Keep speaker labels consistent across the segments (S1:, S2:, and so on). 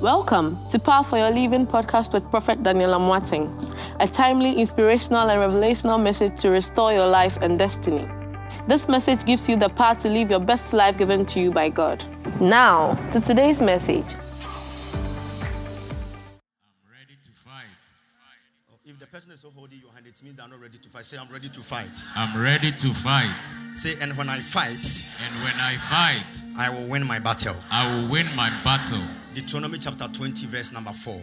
S1: Welcome to Power for Your Living podcast with Prophet Daniel Amwating, a timely, inspirational, and revelational message to restore your life and destiny. This message gives you the power to live your best life given to you by God. Now, to today's message.
S2: I'm ready to fight. Oh, If the person is so holding your hand, it means they're not ready to fight. Say, I'm ready to fight.
S3: I'm ready to fight,
S2: Say, and when I fight,
S3: and when I fight,
S2: I will win my battle.
S3: I will win my battle.
S2: Deuteronomy chapter 20, verse number 4.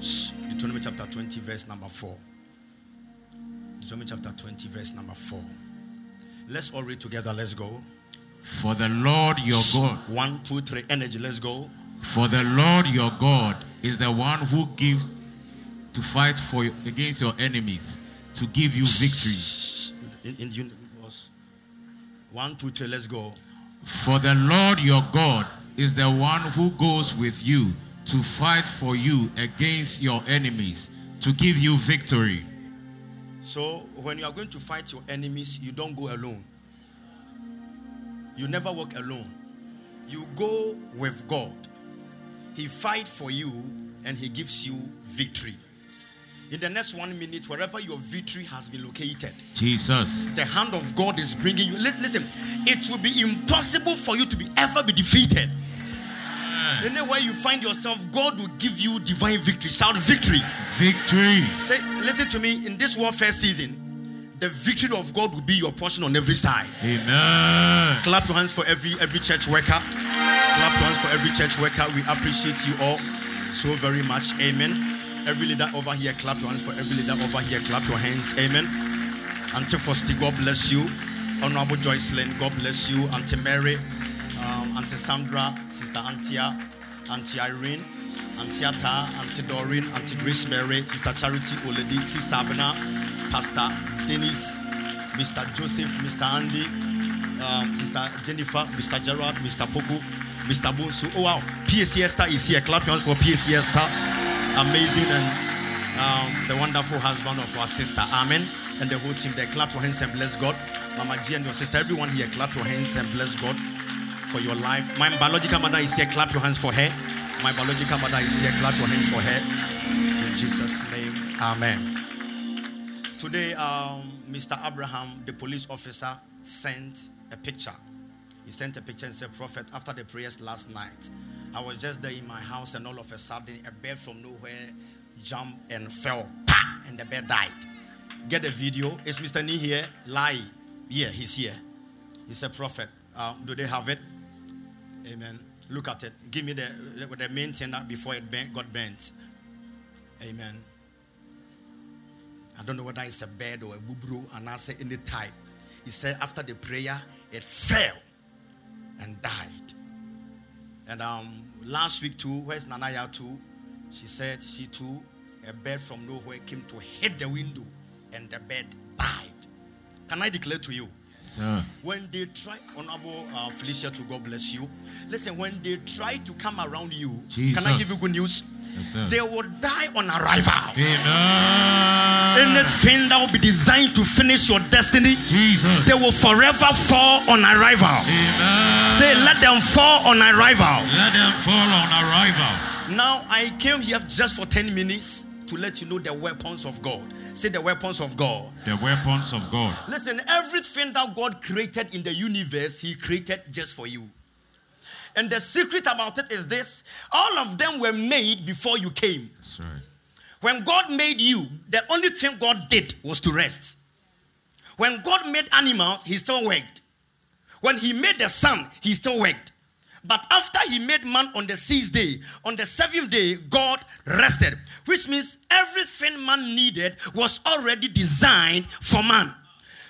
S2: Shh. Deuteronomy chapter 20, verse number 4. Deuteronomy chapter 20, verse number 4. Let's all read together. Let's go.
S3: For the Lord your God,
S2: One, two, three. Energy. Let's go.
S3: for the Lord your God is the one who gives to fight for against your enemies, to give you victory.
S2: In, in, universe. One, two, three. Let's go.
S3: For the Lord your God is the one who goes with you to fight for you against your enemies, to give you victory.
S2: So when you are going to fight your enemies, you don't go alone. You never walk alone. You go with God. He fights for you and he gives you victory. In the next one minute, wherever your victory has been located,
S3: Jesus.
S2: the hand of God is bringing you. Listen, listen it will be impossible for you to be ever be defeated. Anywhere you find yourself, God will give you divine victory. Sound victory.
S3: Victory.
S2: Say, listen to me. In this warfare season, the victory of God will be your portion on every side.
S3: Amen.
S2: Clap your hands for every every church worker. Clap your hands for every church worker. We appreciate you all so very much. Amen. Every leader over here, clap your hands for every leader over here. Clap your hands. Amen. Auntie Fosti, God bless you. Honorable Joyce Lynn, God bless you. Auntie Mary, um, Auntie Sandra, Sister Antia, Auntie Irene, Auntie Ata, Auntie Doreen, Auntie Grace Mary, Sister Charity Oledi, Sister Abena, Pastor Dennis, Mr. Joseph, Mr. Andy, um, Sister Jennifer, Mr. Gerard, Mr. Poku, Mr. Bonsu. Oh wow, PAC Esther is here. Clap your hands for PAC Esther. Amazing and um, the wonderful husband of our sister. Amen. And the whole team there. Clap your hands and bless God. Mama G and your sister, everyone here, clap your hands and bless God for your life. My biological mother is here. Clap your hands for her. My biological mother is here. Clap your hands for her. In Jesus' name. Amen. Today, um, Mr. Abraham, the police officer, sent a picture. He sent a picture and said, Prophet, after the prayers last night, I was just there in my house and all of a sudden a bird from nowhere jumped and fell. Pa! And the bird died. Get the video. Is Mr. Nee here? Lie. Yeah, he's here. He's a prophet. Um, do they have it? Amen. Look at it. Give me the, the, the main thing that before it burnt, got burnt. Amen. I don't know whether it's a bird or a bubru, and I say any type. He said after the prayer, it fell and died. And um, last week too, where's Nanaya too? She said she too, a bird from nowhere came to hit the window, and the bird died. Can I declare to you?
S3: Sir.
S2: when they try honorable uh, felicia to god bless you listen when they try to come around you can
S3: Jesus.
S2: i give you good news
S3: Yes, sir.
S2: they will die on arrival
S3: Amen.
S2: anything that will be designed to finish your destiny
S3: Jesus.
S2: they will forever fall on arrival
S3: Amen.
S2: say let them fall on arrival
S3: Let them fall on arrival.
S2: now i came here just for 10 minutes to let you know the weapons of god say the weapons of god
S3: The weapons of God.
S2: Listen, everything that God created in the universe, He created just for you. And the secret about it is this all of them were made before you came.
S3: That's right.
S2: When God made you, the only thing God did was to rest. When God made animals, He still worked. When He made the sun, He still worked. But after He made man on the sixth day, on the seventh day, God rested, which means everything man needed was already designed for man.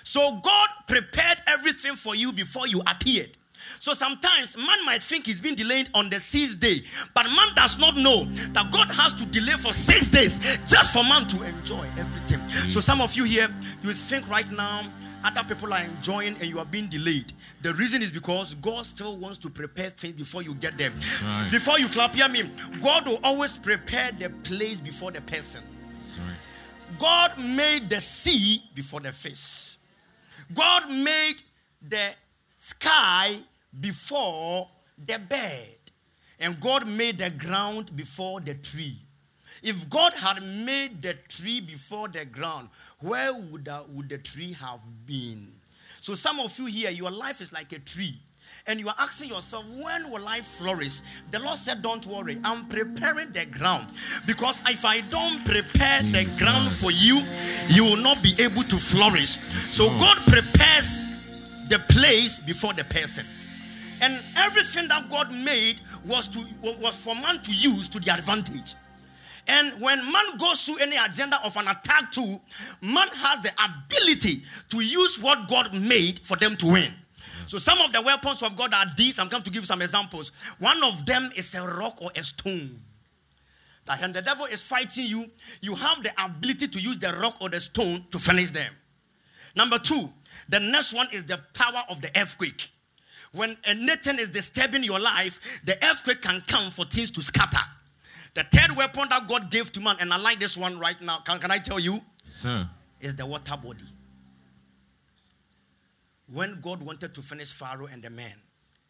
S2: So God prepared everything for you before you appeared. So sometimes man might think he's been delayed on the sixth day, but man does not know that God has to delay for six days just for man to enjoy everything. So some of you here, you think right now other people are enjoying and you are being delayed. The reason is because God still wants to prepare things before you get there.
S3: Right.
S2: Before you clap, hear me. God will always prepare the place before the person.
S3: That's right.
S2: God made the sea before the fish. God made the sky before the bird. And God made the ground before the tree. If God had made the tree before the ground, where would, the- would the tree have been? So, some of you here, your life is like a tree. And you are asking yourself, when will I flourish? The Lord said, Don't worry, I'm preparing the ground. Because if I don't prepare the
S3: Jesus.
S2: ground for you, you will not be able to flourish. So, God prepares the place before the person. And everything that God made was, to, was for man to use to the advantage. And when man goes through any agenda of an attack, too, man has the ability to use what God made for them to win. So some of the weapons of God are these. I'm going to give you some examples. One of them is a rock or a stone. That when the devil is fighting you, you have the ability to use the rock or the stone to finish them. Number two, the next one is the power of the earthquake. When a Nathan is disturbing your life, the earthquake can come for things to scatter. The third weapon that God gave to man, and I like this one right now, can, can I tell you?
S3: Sir.
S2: Is the water body. When God wanted to finish Pharaoh and the men,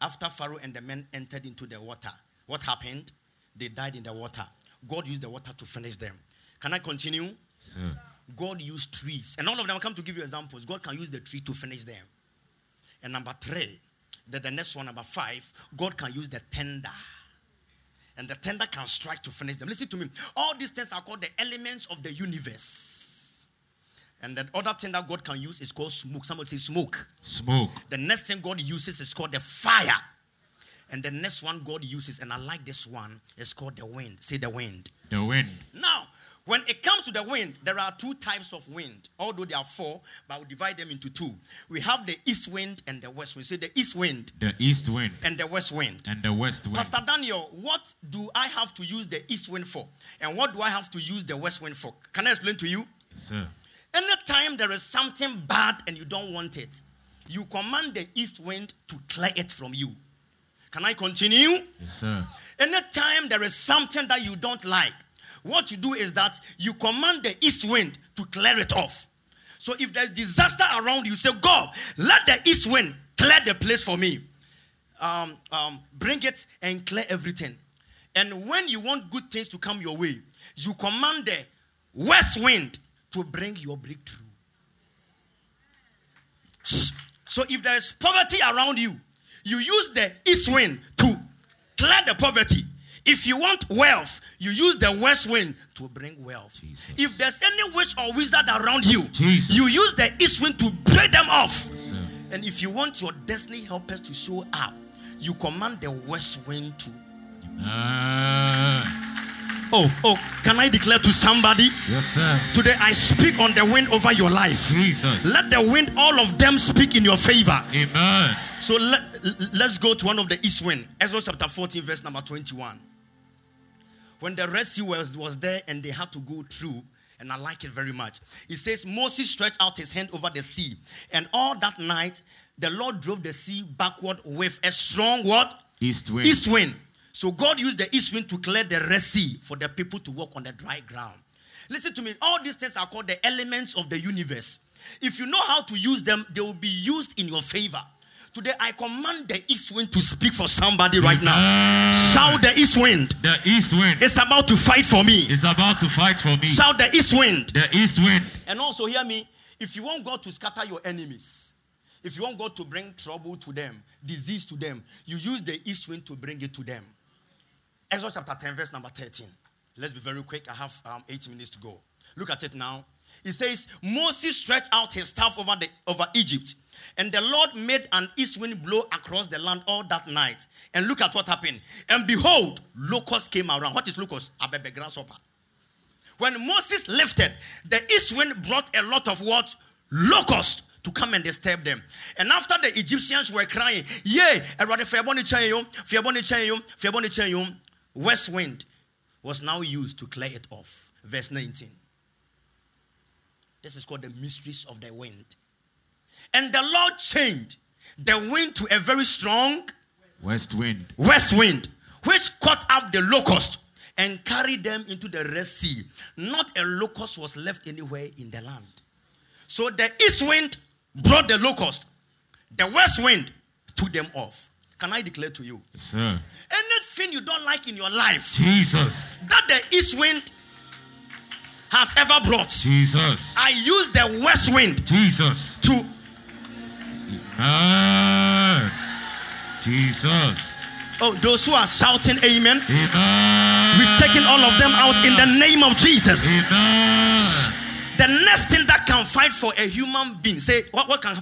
S2: after Pharaoh and the men entered into the water, what happened? They died in the water. God used the water to finish them. Can I continue?
S3: Sir.
S2: God used trees. And all of them, I'll come to give you examples. God can use the tree to finish them. And number three, the, the next one, number five, God can use the tender. And the tender can strike to finish them. Listen to me. All these things are called the elements of the universe. And the other thing that God can use is called smoke. Somebody say smoke.
S3: Smoke.
S2: The next thing God uses is called the fire. And the next one God uses, and I like this one, is called the wind. Say the wind.
S3: The wind.
S2: Now, when it comes to the wind, there are two types of wind, although there are four, but we'll divide them into two. We have the east wind and the west wind. Say the east wind
S3: The east wind.
S2: and the west wind.
S3: And the west wind.
S2: Pastor Daniel, what do I have to use the east wind for? And what do I have to use the west wind for? Can I explain to you?
S3: Sir.
S2: Anytime there is something bad and you don't want it, you command the east wind to clear it from you. Can I continue?
S3: Yes, sir.
S2: Anytime there is something that you don't like, what you do is that you command the east wind to clear it off. So if there's disaster around you, say, God, let the east wind clear the place for me. Um, um, bring it and clear everything. And when you want good things to come your way, you command the west wind to bring your breakthrough. So if there is poverty around you, you use the east wind to clear the poverty. If you want wealth, you use the west wind to bring wealth.
S3: Jesus.
S2: If there's any witch or wizard around you,
S3: Jesus.
S2: you use the east wind to break them off.
S3: Sir.
S2: And if you want your destiny helpers to show up, you command the west wind to.
S3: Ah.
S2: Oh, oh, can I declare to somebody?
S3: yes, sir.
S2: Today I speak on the wind over your life.
S3: Jesus.
S2: Let the wind, all of them, speak in your favor.
S3: Amen.
S2: So let, us go to one of the east wind. Exodus chapter 14, verse number 21. When the Red Sea was, was there and they had to go through, and I like it very much. It says, Moses stretched out his hand over the sea, and all that night the Lord drove the sea backward with a strong what?
S3: East wind.
S2: East wind. So God used the east wind to clear the Red Sea for the people to walk on the dry ground. Listen to me. All these things are called the elements of the universe. If you know how to use them, they will be used in your favor. Today, I command the east wind to speak for somebody right now. Shout the east wind.
S3: The east wind
S2: It's about to fight for me.
S3: is about to fight for me.
S2: Shout the east wind.
S3: The east wind.
S2: And also, hear me if you want God to scatter your enemies, if you want God to bring trouble to them, disease to them, you use the east wind to bring it to them. Exodus chapter 10, verse number 13. Let's be very quick. I have um, eight minutes to go. Look at it now. It says, Moses stretched out his staff over, the, over Egypt, and the Lord made an east wind blow across the land all that night. And look at what happened. And behold, locusts came around. What is locust? Abebe, grasshopper. When Moses lifted, the east wind brought a lot of what? Locusts to come and disturb them. And after the Egyptians were crying, Yea, Erade Fiaboni Chayum, Fiaboni Chayum, Fiaboni Chayum, west wind was now used to clear it off. Verse 19. This is called the mysteries of the wind. And the Lord changed the wind to a very strong
S3: West wind.
S2: west wind, which caught up the locust and carried them into the Red Sea. Not a locust was left anywhere in the land. So the east wind brought the locust, the west wind took them off. Can I declare to you?
S3: Yes, sir.
S2: anything you don't like in your life
S3: Jesus.
S2: that the east wind has ever brought,
S3: Jesus.
S2: I use the west wind
S3: Jesus.
S2: to
S3: Amen. Jesus.
S2: oh those who are shouting amen.
S3: Amen.
S2: We've taken all of them out in the name of Jesus.
S3: Amen.
S2: The next thing that can fight for a human being, say what, what can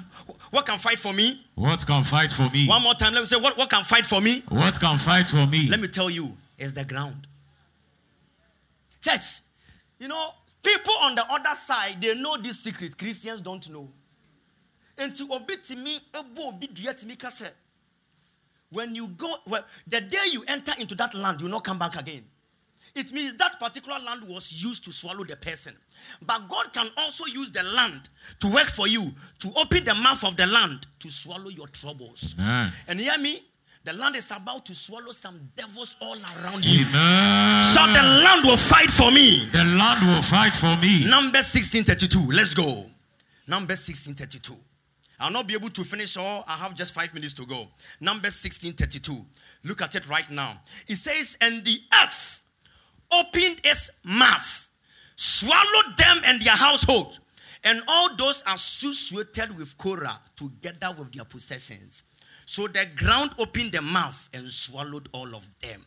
S2: what can fight for me?
S3: What can fight for me?
S2: One more time, let me say what, what can fight for me?
S3: What can fight for me?
S2: Let me tell you, it's the ground. Church, you know, people on the other side, they know this secret. Christians don't know. And to obey to me, ebo obi dua timi ka sɛ, when you go, well, the day you enter into that land, you will not come back again. It means that particular land was used to swallow the person. But God can also use the land to work for you, to open the mouth of the land to swallow your troubles.
S3: Amen.
S2: And hear me, the land is about to swallow some devils all around you.
S3: Amen.
S2: So the land will fight for me.
S3: The land will fight for me.
S2: Number 1632. Let's go. Number 1632. I'll not be able to finish all. I have just five minutes to go. Number 1632. Look at it right now. It says, And the earth opened its mouth, swallowed them and their household, and all those associated with Korah together with their possessions. So the ground opened the mouth and swallowed all of them.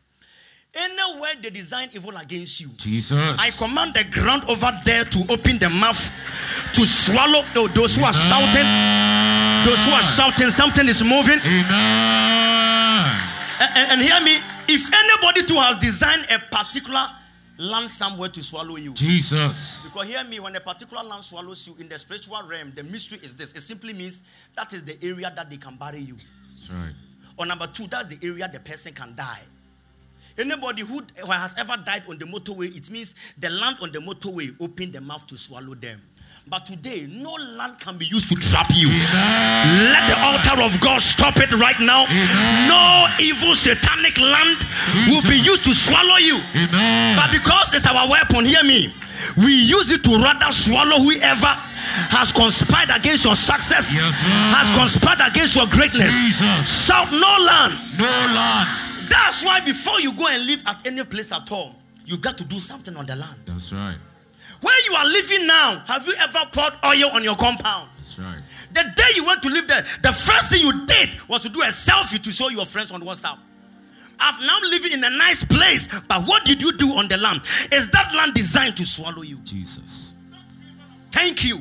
S2: Anywhere they design evil against you,
S3: Jesus.
S2: I command the ground over there to open the mouth to swallow tho- those who are shouting. Those who are shouting, something is moving.
S3: Amen.
S2: And, and- and hear me if anybody too has designed a particular land somewhere to swallow you,
S3: Jesus.
S2: because hear me, when a particular land swallows you in the spiritual realm, the mystery is this it simply means that is the area that they can bury you.
S3: That's right.
S2: Or number two, that's the area the person can die. Anybody who who has ever died on the motorway, it means the land on the motorway opened the mouth to swallow them. But today, no land can be used to trap you. Let the altar of God stop it right now. No evil satanic land will be used to swallow you.
S3: Amen.
S2: But because it's our weapon, hear me. We use it to rather swallow whoever has conspired against your success,
S3: Yes, Lord.
S2: has conspired against your greatness.
S3: Jesus.
S2: Shout no land.
S3: No land.
S2: That's why before you go and live at any place at all, you got to do something on the land.
S3: That's right.
S2: Where you are living now, have you ever poured oil on your compound?
S3: That's right.
S2: The day you went to live there, the first thing you did was to do a selfie to show your friends on WhatsApp. I've now living in a nice place, but what did you do on the land? Is that land designed to swallow you?
S3: Jesus.
S2: Thank you.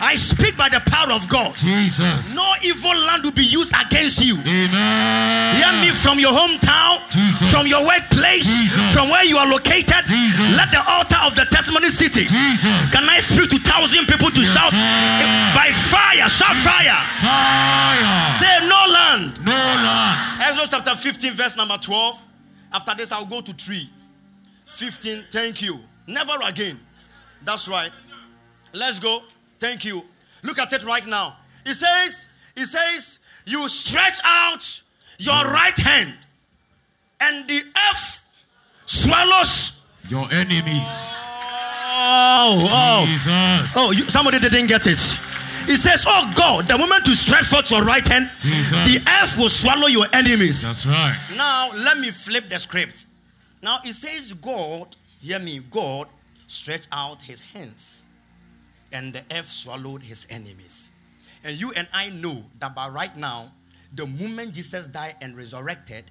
S2: I speak by the power of God.
S3: Jesus.
S2: No evil land will be used against you.
S3: Amen.
S2: Hear me from your hometown,
S3: Jesus.
S2: from your workplace,
S3: Jesus.
S2: from where you are located.
S3: Jesus.
S2: Let the altar of the testimony city.
S3: Jesus.
S2: Can I speak to thousand people to shout
S3: sir.
S2: by fire? Shout fire!
S3: Fire.
S2: Say no land.
S3: No land.
S2: Exodus chapter 15, verse number 12. After this, I'll go to 3. 15, thank you. Never again. That's right. Let's go. Thank you. Look at it right now. It says, it says, you stretch out your right hand, and the earth swallows.
S3: Your enemies.
S2: Oh, oh.
S3: Jesus.
S2: Oh, you, somebody didn't get it. It says, Oh God, the moment you stretch forth your right hand,
S3: Jesus.
S2: the earth will swallow your enemies.
S3: That's right.
S2: Now, let me flip the script. Now, it says, God, hear me, God stretched out his hands, and the earth swallowed his enemies. And you and I know that by right now, the moment Jesus died and resurrected,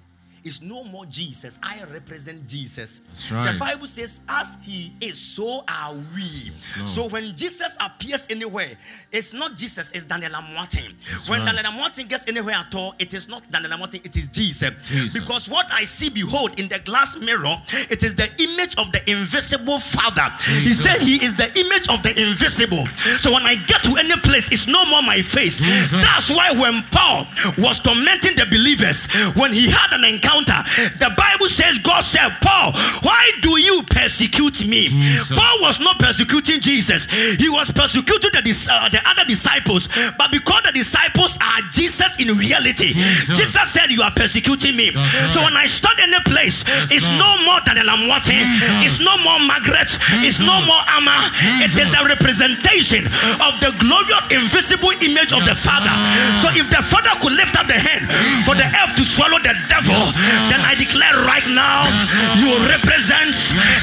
S2: is no more Jesus. I represent Jesus.
S3: That's right.
S2: The Bible says, as he is, so are we.
S3: Lord.
S2: so when Jesus appears anywhere, it's not Jesus, it's Daniel Martin.
S3: That's
S2: when
S3: right.
S2: Daniel Martin gets anywhere at all, it is not Daniel Martin, it is Jesus.
S3: Jesus.
S2: Because what I see, behold, in the glass mirror, it is the image of the invisible Father. He
S3: Jesus.
S2: said he is the image of the invisible. So when I get to any place, it's no more my face.
S3: Jesus.
S2: That's why when Paul was tormenting the believers, when he had an encounter, encounter. The Bible says, God said, Paul, why do you persecute me?
S3: Jesus.
S2: Paul was not persecuting Jesus, he was persecuting the, dis- uh, the other disciples. But because the disciples are Jesus in reality,
S3: Jesus.
S2: Jesus, said, You are persecuting me.
S3: That's right.
S2: So when I stand in a place,
S3: Yes,
S2: it's
S3: Lord.
S2: no more than a Lamwatin,
S3: Jesus.
S2: it's no more Margaret, it's no
S3: Jesus.
S2: more Amma. It is
S3: Jesus.
S2: the representation of the glorious invisible image of the
S3: Yes,
S2: Father.
S3: Lord.
S2: So if the Father could lift up the hand for the earth to swallow the devil,
S3: Yes, Lord.
S2: then I declare right now
S3: Yes,
S2: you represent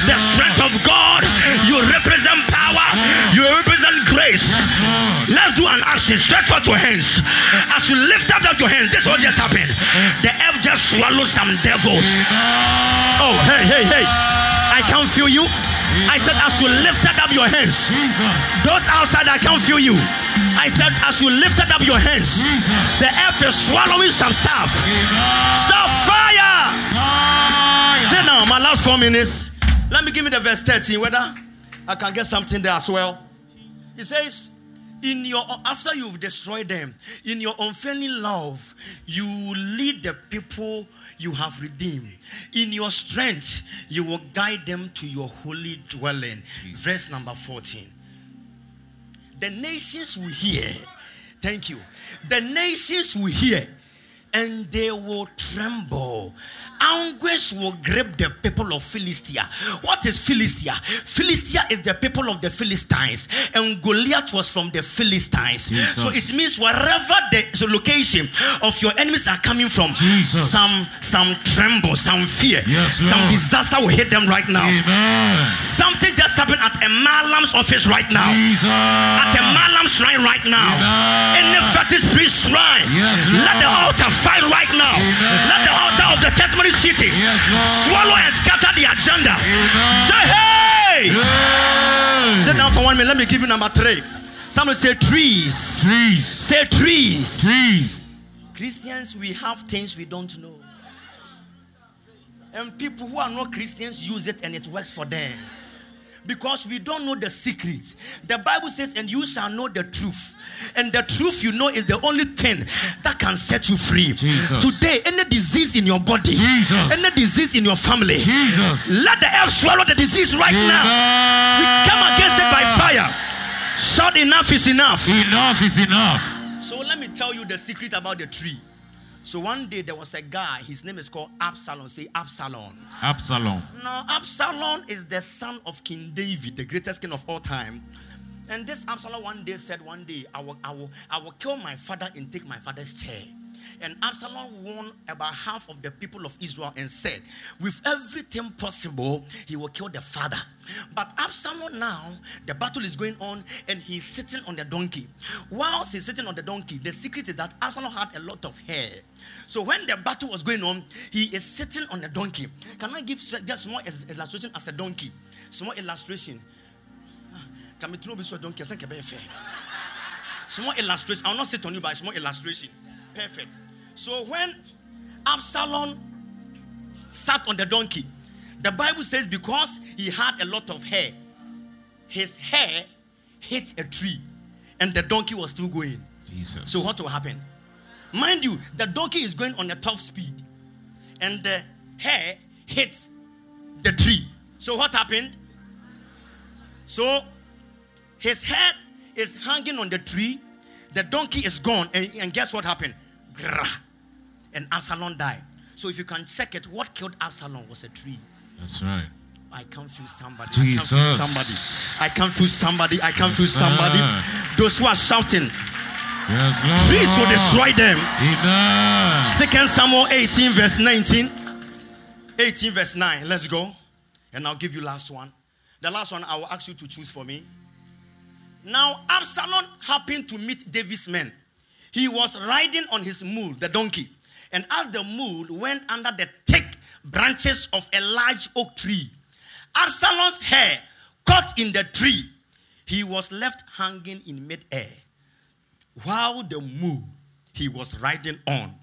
S2: the strength of God, you represent power, you represent grace.
S3: Yes, Lord.
S2: Let's do an action. Stretch out your hands. As you lift up your hands, this is what just happened. The earth just swallowed some devils. Oh, hey, hey, hey. I can't feel you. I said, as you lifted up your hands,
S3: Jesus.
S2: those outside, I can't feel you. I said, as you lifted up your hands, the earth is swallowing some stuff. So fire! Sit down, my last four minutes. Let me give me the verse 13, whether I can get something there as well. He says, in your after you've destroyed them, in your unfailing love, you will lead the people you have redeemed. In your strength, you will guide them to your holy dwelling. Verse number 14. The nations will hear. Thank you. The nations will hear and they will tremble. Anguish will grip the people of Philistia. What is Philistia? Philistia is the people of the Philistines, and Goliath was from the Philistines.
S3: Jesus.
S2: So it means wherever the so location of your enemies are coming from,
S3: Jesus.
S2: some some tremble, some fear,
S3: Yes,
S2: some
S3: Lord.
S2: disaster will hit them right now.
S3: Amen.
S2: Something just happened at a Malam's office right now
S3: Jesus.
S2: at
S3: Ah.
S2: the Malam shrine right now.
S3: Amen.
S2: In the fetish priest shrine.
S3: Yes,
S2: Let the
S3: Lord.
S2: altar fire right now.
S3: Amen.
S2: Let the altar of the testimony city
S3: Yes, Lord.
S2: swallow and scatter the agenda.
S3: Amen.
S2: Say hey!
S3: Hey.
S2: Sit down for one minute. Let me give you number three. Somebody say trees.
S3: Trees.
S2: Say trees.
S3: Trees.
S2: Christians, we have things we don't know. And people who are not Christians use it and it works for them. Because we don't know the secret. The Bible says, and you shall know the truth. And the truth you know is the only thing that can set you free.
S3: Jesus.
S2: Today, any disease in your body,
S3: Jesus.
S2: any disease in your family,
S3: Jesus.
S2: let the earth swallow the disease right now.
S3: Enough.
S2: Come against it by fire. Shout, enough is enough.
S3: Enough is enough.
S2: So let me tell you the secret about the tree. So one day there was a guy, his name is called Absalom. Say Absalom.
S3: Absalom.
S2: Now, Absalom is the son of King David, the greatest king of all time. And this Absalom one day said, One day I will, I will, I will kill my father and take my father's chair. And Absalom won about half of the people of Israel and said, With everything possible, he will kill the father. But Absalom now, the battle is going on and he's sitting on the donkey. Whilst he's sitting on the donkey, the secret is that Absalom had a lot of hair. So when the battle was going on, he is sitting on a donkey. Can I give s- just small is- illustration as a donkey? Small illustration. Can we throw this donkey? I said, "Kebe efe." Small illustration. I'll not sit on you, but small illustration. Perfect. So when Absalom sat on the donkey, the Bible says because he had a lot of hair, his hair hit a tree, and the donkey was still going.
S3: Jesus.
S2: So what will happen? Mind you, the donkey is going on a top speed, and the hair hits the tree. So what happened? So his head is hanging on the tree. The donkey is gone, and, and guess what happened? Grah. And Absalom died. So if you can check it, what killed Absalom was a tree.
S3: That's right.
S2: I can feel somebody. I can
S3: Jesus.
S2: feel somebody. I can feel somebody. I can feel
S3: Yes, sir.
S2: somebody. Those who are shouting,
S3: Yes, Lord.
S2: trees will destroy them.
S3: Enough.
S2: Second Samuel 18, verse 19. 18, verse 9. Let's go. And I'll give you last one. The last one I will ask you to choose for me. Now, Absalom happened to meet David's men. He was riding on his mule, the donkey. And as the mule went under the thick branches of a large oak tree, Absalom's hair caught in the tree. He was left hanging in midair while the mule he was riding on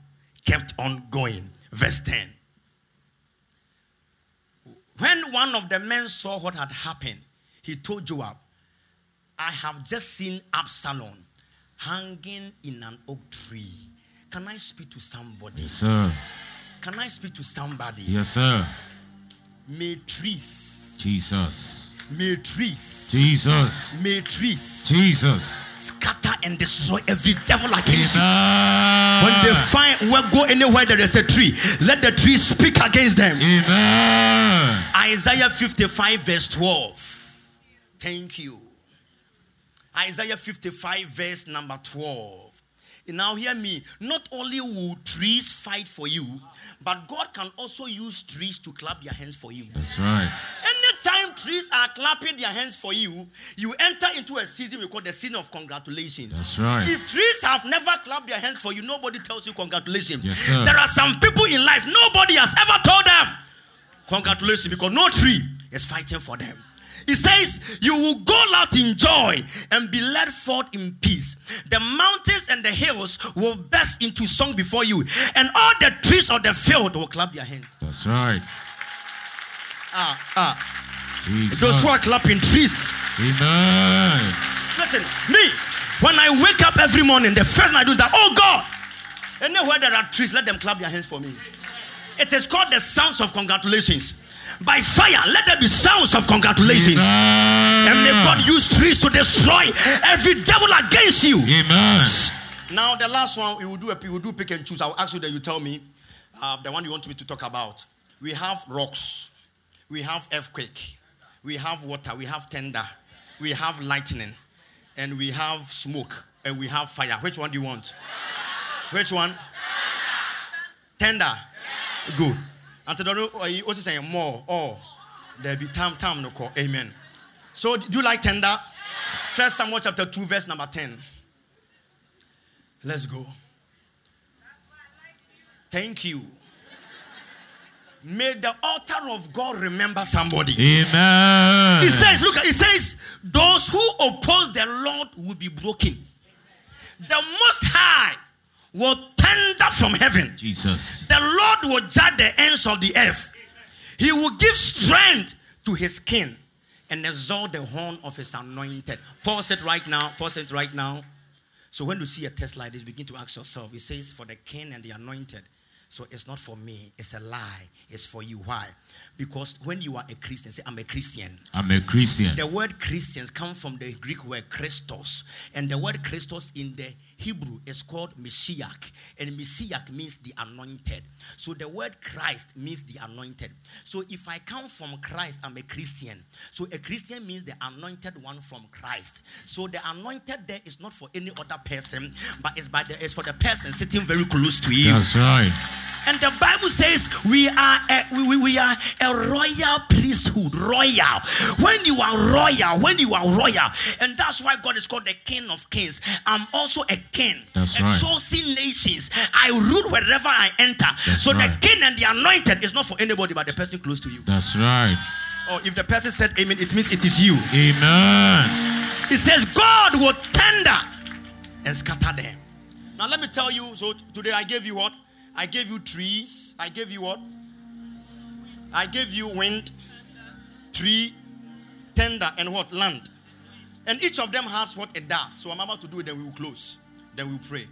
S2: kept on going. Verse 10. When one of the men saw what had happened, he told Joab, I have just seen Absalom hanging in an oak tree. Can I speak to somebody?
S3: Yes, sir.
S2: Can I speak to somebody?
S3: Yes, sir.
S2: May trees,
S3: Jesus.
S2: may trees,
S3: Jesus.
S2: may trees
S3: Jesus.
S2: scatter and destroy every devil against
S3: Jesus.
S2: you. When they find where go anywhere there is a tree, let the tree speak against them.
S3: Amen.
S2: Isaiah 55, verse 12. Thank you. Isaiah 55, verse number 12. Now, hear me. Not only will trees fight for you, but God can also use trees to clap their hands for you.
S3: That's right.
S2: Anytime trees are clapping their hands for you, you enter into a season we call the season of congratulations.
S3: That's right.
S2: If trees have never clapped their hands for you, nobody tells you congratulations.
S3: Yes, sir.
S2: There are some people in life, nobody has ever told them congratulations because no tree is fighting for them. He says, You will go out in joy and be led forth in peace. The mountains and the hills will burst into song before you, and all the trees of the field will clap their hands.
S3: That's right.
S2: Ah, ah.
S3: Jesus.
S2: Those who are clapping trees.
S3: Amen.
S2: Listen, me, when I wake up every morning, the first thing I do is that, oh God, anywhere there are trees, let them clap their hands for me. It is called the sounds of congratulations. By fire, let there be sounds of congratulations. And may God
S3: Amen.
S2: use trees to destroy every devil against you.
S3: Amen.
S2: Now, the last one, we will do a we will do pick and choose. I'll ask you that you tell me uh, the one you want me to talk about. We have rocks, we have earthquake, we have water, we have thunder, we have lightning, and we have smoke, and we have fire. Which one do you want? Which one? Thunder. Good. And the you also saying more or there be time time no call. Amen. So do you like thunder? First Samuel chapter two verse number ten. Let's go. Thank you. May the altar of God remember somebody.
S3: Amen.
S2: It says, look, it says, those who oppose the Lord will be broken. The Most High will thunder from heaven.
S3: Jesus.
S2: The Lord will judge the ends of the earth. He will give strength to his king and exalt the horn of his anointed. Pause it right now. Pause it right now. So when you see a text like this, begin to ask yourself. It says, "For the king and the anointed." So it's not for me. It's a lie. It's for you. Why? Because when you are a Christian, say, "I'm a Christian."
S3: I'm a Christian.
S2: The word Christians come from the Greek word Christos, and the word Christos in the Hebrew is called Messiah, and Messiah means the anointed. So the word Christ means the anointed. So if I come from Christ, I'm a Christian. So a Christian means the anointed one from Christ. So the anointed there is not for any other person, but it's by the, it's for the person sitting very close to you.
S3: That's right.
S2: And the Bible says we are a, we, we- we are a royal priesthood, royal. When you are royal, when you are royal, and that's why God is called the King of Kings. I'm also a king,
S3: That's
S2: a
S3: right.
S2: chosen nations. I rule wherever I enter.
S3: That's
S2: so
S3: right.
S2: the king and the anointed is not for anybody but the person close to you.
S3: That's right.
S2: Or if the person said amen, it means it is you.
S3: Amen.
S2: It says God will thunder and scatter them. Now let me tell you. So today I gave you what? I gave you trees. I gave you what? I gave you wind, tree, tender, and what? Land. And each of them has what it does. So I'm about to do it, then we will close. Then we'll pray.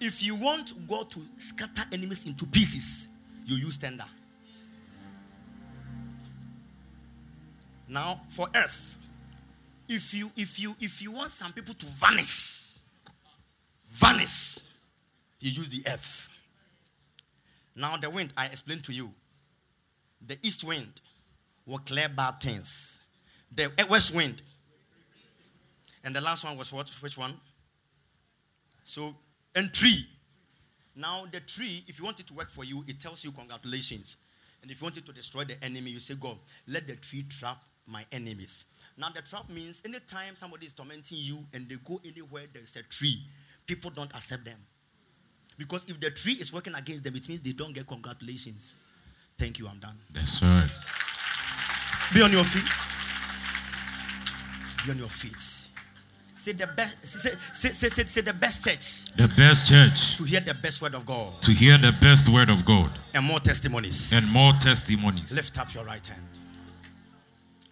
S2: If you want God to scatter enemies into pieces, you use tender. Now, for earth, if you if you if you want some people to vanish vanish you use the earth now the wind i explained to you the east wind will clear bad things the west wind and the last one was what which one so and tree now the tree if you want it to work for you it tells you congratulations and if you want it to destroy the enemy you say god let the tree trap my enemies now the trap means anytime somebody is tormenting you and they go anywhere there's a tree people don't accept them because if the tree is working against them it means they don't get congratulations thank you i'm done
S3: That's right.
S2: be on your feet. Be on your feet. Say the best. Say, say, say, say, say the best church
S3: The best church
S2: to hear the best word of God
S3: to hear the best word of God
S2: and more testimonies.
S3: and more testimonies.
S2: Lift up your right hand.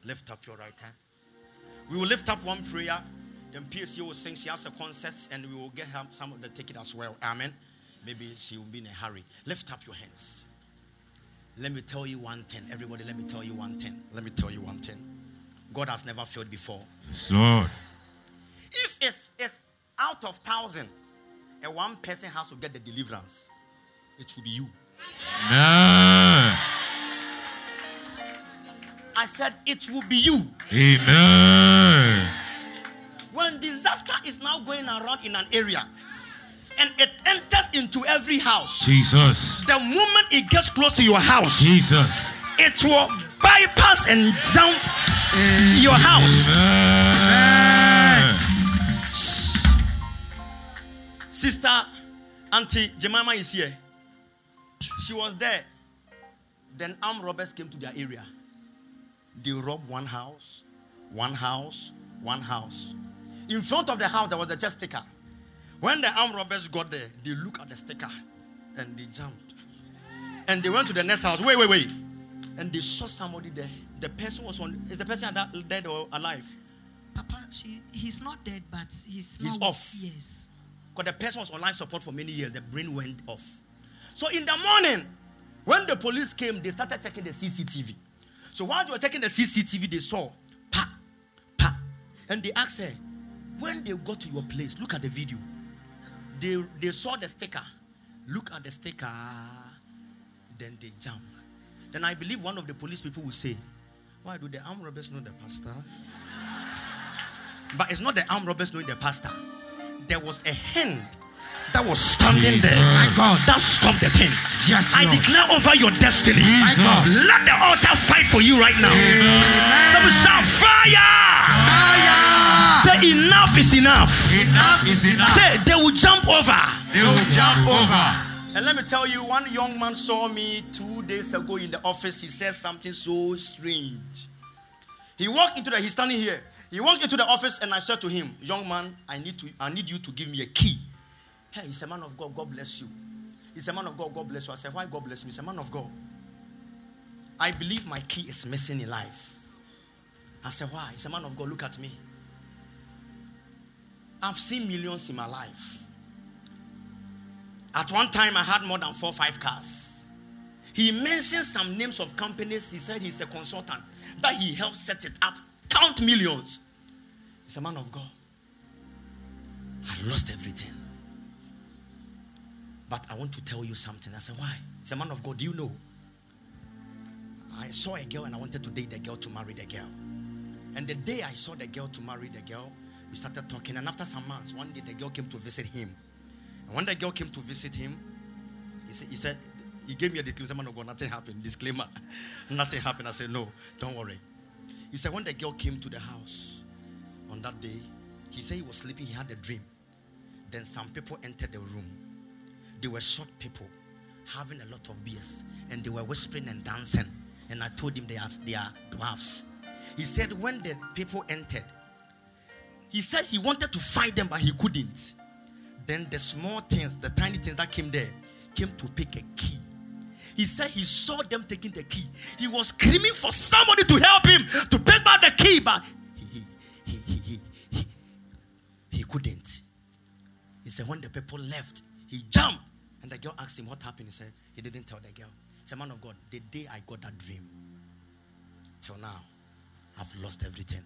S2: Lift up your right hand. We will lift up one prayer. Then PSC will sing. She has a concert, and we will get her some of the ticket as well. Amen. Maybe she will be in a hurry. Lift up your hands. Let me tell you one thing. Everybody, let me tell you one thing. Let me tell you one thing. God has never failed before.
S3: Yes, Lord.
S2: If it's, it's out of thousand, and one person has to get the deliverance, it will be you.
S3: Amen.
S2: I said, it will be you.
S3: Amen.
S2: When disaster is now going around in an area, and it enters into every house,
S3: Jesus.
S2: the moment it gets close to your house,
S3: Jesus.
S2: it will bypass and jump your house.
S3: Amen.
S2: Sister Auntie Jemima is here. She was there. Then armed robbers came to their area. They robbed one house, one house, one house. In front of the house, there was a church sticker. When the armed robbers got there, they looked at the sticker and they jumped. And they went to the next house. Wait, wait, wait. And they saw somebody there. The person was on. Is the person ada- dead or alive?
S4: Papa, she, he's not dead, but he's
S2: He's
S4: not,
S2: off.
S4: Yes.
S2: because the person was on life support for many years. The brain went off. So in the morning, when the police came, they started checking the CCTV. So while they were checking the CCTV, they saw pa, pa, and they asked her, when they got to your place, look at the video. They they saw the sticker. Look at the sticker. Then they jump. Then I believe one of the police people will say, why do the armed robbers know the pastor? But it's not the armed robbers knowing the pastor. There was a hand that was standing there.
S3: Jesus. My
S2: God. That stopped the thing.
S3: Yes,
S2: I
S3: Lord.
S2: declare over your destiny.
S3: My God.
S2: Let the altar fight for you right now. Somebody shout fire. Say enough is enough.
S3: Enough is enough.
S2: Say they will jump over.
S3: They will jump over.
S2: And let me tell you, one young man saw me two days ago in the office. He said something so strange. He walked into the. He's standing here. He walked into the office, and I said to him, "Young man, I need to. I need you to give me a key." Hey, he's a man of God. God bless you. He's a man of God. God bless you. I said, "Why God bless me?" He's a man of God. I believe my key is missing in life. I said, "Why?" He's a man of God. Look at me. I've seen millions in my life. At one time, I had more than four, five cars. He mentioned some names of companies. He said he's a consultant, that he helped set it up, count millions. He's a man of God. I lost everything. But I want to tell you something. I said, Why? He's a man of God. Do you know? I saw a girl and I wanted to date the girl to marry the girl. And the day I saw the girl to marry the girl, we started talking. And after some months, one day the girl came to visit him. And when the girl came to visit him, he said, he, said, he gave me a disclaimer, no, God, nothing happened. Disclaimer, nothing happened. I said, no, don't worry. He said, when the girl came to the house on that day, he said he was sleeping, he had a dream. Then some people entered the room. They were short people, having a lot of beers, and they were whispering and dancing. And I told him they are, they are dwarfs. He said, when the people entered, he said he wanted to fight them, but he couldn't then the small things, the tiny things that came there, came to pick a key. He said he saw them taking the key. He was screaming for somebody to help him to pick back the key, but he he he he he, he, he couldn't. He said when the people left, he jumped, and the girl asked him what happened. He said he didn't tell the girl. He said, "Man of God, the day I got that dream, till now, I've lost everything."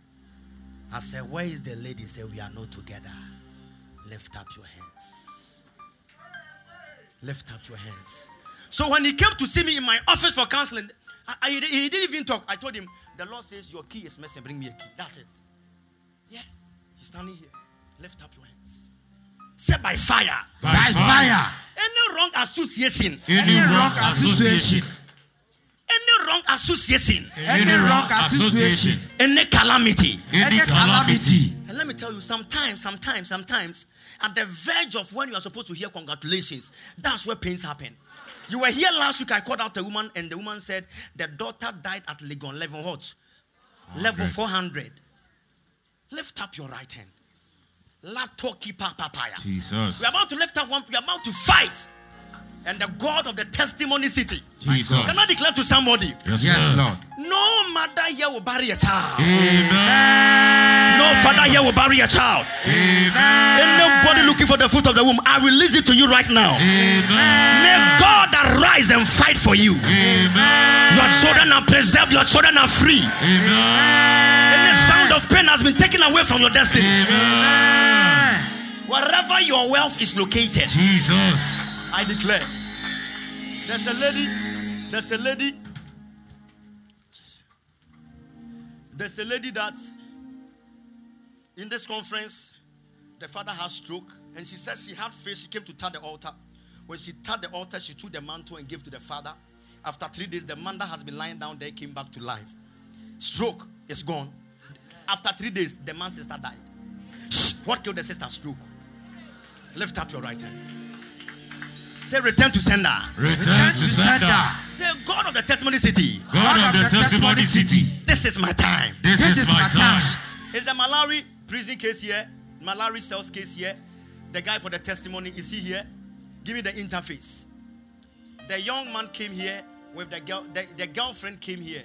S2: I said, "Where is the lady?" He said, "We are not together." lift up your hands. Lift up your hands. So when he came to see me in my office for counseling, I, I- he didn't even talk. I told him, The Lord says, Your key is missing. Bring me a key. That's it. Yeah. He's standing here. Lift up your hands. Say by fire.
S3: By fire.
S2: Any wrong association,
S3: Any wrong association.
S2: any wrong association,
S5: Any wrong association.
S2: any calamity.
S3: Any calamity.
S2: And let me tell you, sometimes, sometimes, sometimes, at the verge of when you are supposed to hear congratulations, that's where pains happen. You were here last week. I called out a woman, and the woman said the daughter died at Legon level what? Level 400. Lift up your right hand. Latoki papaya.
S3: Jesus.
S2: We're about to lift up one, we're about to fight. And the God of the testimony city.
S3: Jesus.
S2: Can I declare to somebody?
S3: Yes,
S5: Yes,
S3: sir.
S5: Lord.
S2: No mother here will bury a child.
S3: Amen.
S2: No father here will bury a child. Anybody looking for the fruit of the womb, I release it to you right now. May God arise and fight for you. Your children are preserved, your children are free. Any sound of pain has been taken away from your destiny. Wherever your wealth is located,
S3: Jesus.
S2: I declare. There's a lady. There's a lady. There's a lady that in this conference, the father had stroke, and she said she had faith. She came to tap the altar. When she tapped the altar, she took the mantle and gave to the father. After three days, the man that has been lying down there came back to life. Stroke is gone. After three days, the man's sister died. Shh, what killed the sister? Stroke. Lift up your right hand. Say, return to sender.
S3: Return to sender.
S2: Say, God of the testimony city,
S3: God of the testimony city.
S2: this is my time.
S3: This is my time.
S2: Is the Malawi prison case here? Malawi cells case here? The guy for the testimony, is he here? Give me the interface. The young man came here with the girl, the, the girlfriend came here,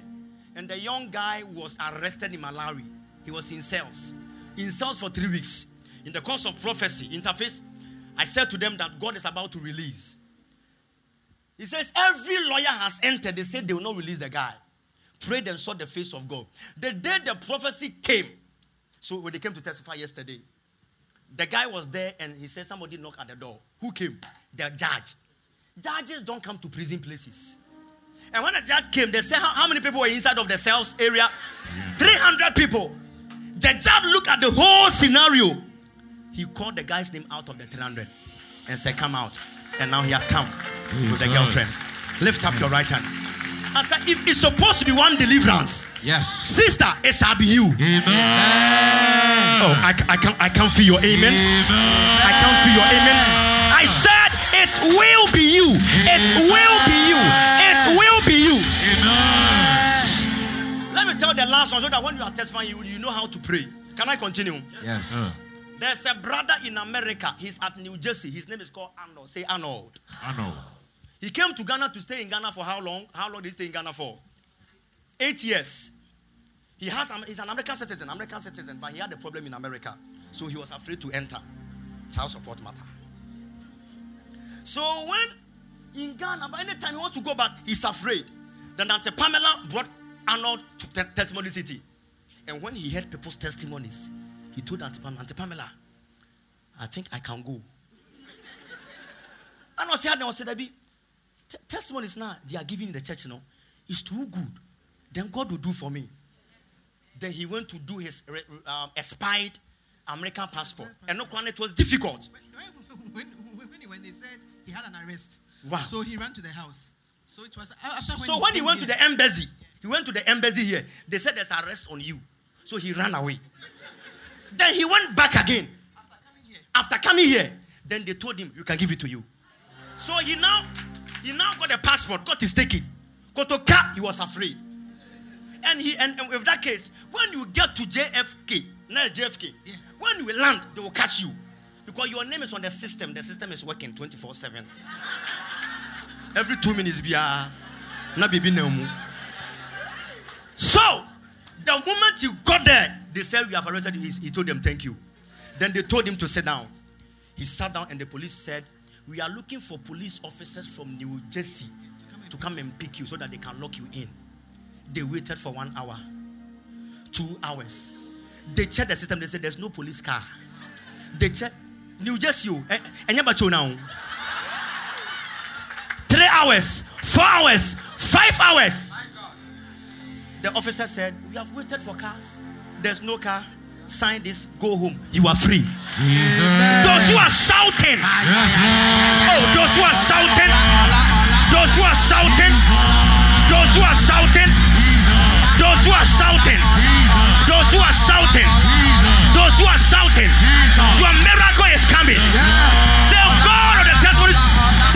S2: and the young guy was arrested in Malawi. He was in cells. In cells for three weeks. In the course of prophecy, interface, I said to them that God is about to release. He says, Every lawyer has entered. They said they will not release the guy. Prayed and saw the face of God. The day the prophecy came, so when they came to testify yesterday, the guy was there and he said, Somebody knocked at the door. Who came? The judge. Judges don't come to prison places. And when the judge came, they said, How, how many people were inside of the cells area? 300 people. The judge looked at the whole scenario. He called the guy's name out of the 300 and said, Come out. And now he has come with the
S3: Jesus.
S2: girlfriend. Lift up your right hand. I said, If it's supposed to be one deliverance,
S3: Yes.
S2: sister, it shall be you.
S3: Amen.
S2: Oh, I, I, can, I can feel your
S3: Amen.
S2: amen. I come to your amen. I said, It will be you. It will be you. It will be you. Let me tell the last one so that when you are testifying, you, you know how to pray. Can I continue?
S3: Yes. Uh,
S2: There's a brother in America. He's at New Jersey. His name is called Arnold. Say Arnold.
S3: I know.
S2: He came to Ghana to stay in Ghana for how long? How long did he stay in Ghana for? Eight years. He has um, he's an American citizen, American citizen, but he had a problem in America. So he was afraid to enter. Child support matter. So when in Ghana, by any time he wants to go back, he's afraid. Then Dante Pamela brought Arnold to Te- Testimony City. And when he heard people's testimonies, he told Auntie Pamela, Auntie Pamela, I think I can go. And I said, I said, "Abi, T- testimonies now they are giving in the church, you know, is too good. Then God will do for me. Then he went to do his re- re- um, expired American passport. And look, when it was difficult.
S4: When, when, when, when they said he had an arrest,
S2: Wow.
S4: so he ran to the house. So it was after when
S2: So when he
S4: came
S2: went to
S4: here-
S2: the embassy, he went to the embassy here. They said there's arrest on you. So he ran away. then he went back again. After coming here, then they told him, "You can give it to you." So he now, he now got a passport, got his ticket, got to car. He was afraid, and he and, and with that case, when you get to JFK, not JFK,
S4: Yeah.
S2: when you land, they will catch you because your name is on the system. The system is working twenty four seven. Every two minutes, be ah, a na baby so, the moment he got there, they said, We have arrested you. He, he told them, Thank you. Then they told him to sit down. He sat down, and the police said, We are looking for police officers from New Jersey to come and pick you so that they can lock you in. They waited for one hour, two hours. They checked the system. They said, There's no police car. They checked New Jersey. oh, eh, eh, Nyabacho now. Three hours, four hours, five hours. The officer said, We have waited for cars. There's no car. Sign this, go home. You are free.
S3: Jesus.
S2: Those who are shouting, oh, those who are shouting, those who are shouting, those who are shouting, those who are shouting, those who are shouting, those who are shouting, your miracle is coming. Say, "Oh, God of the testimony.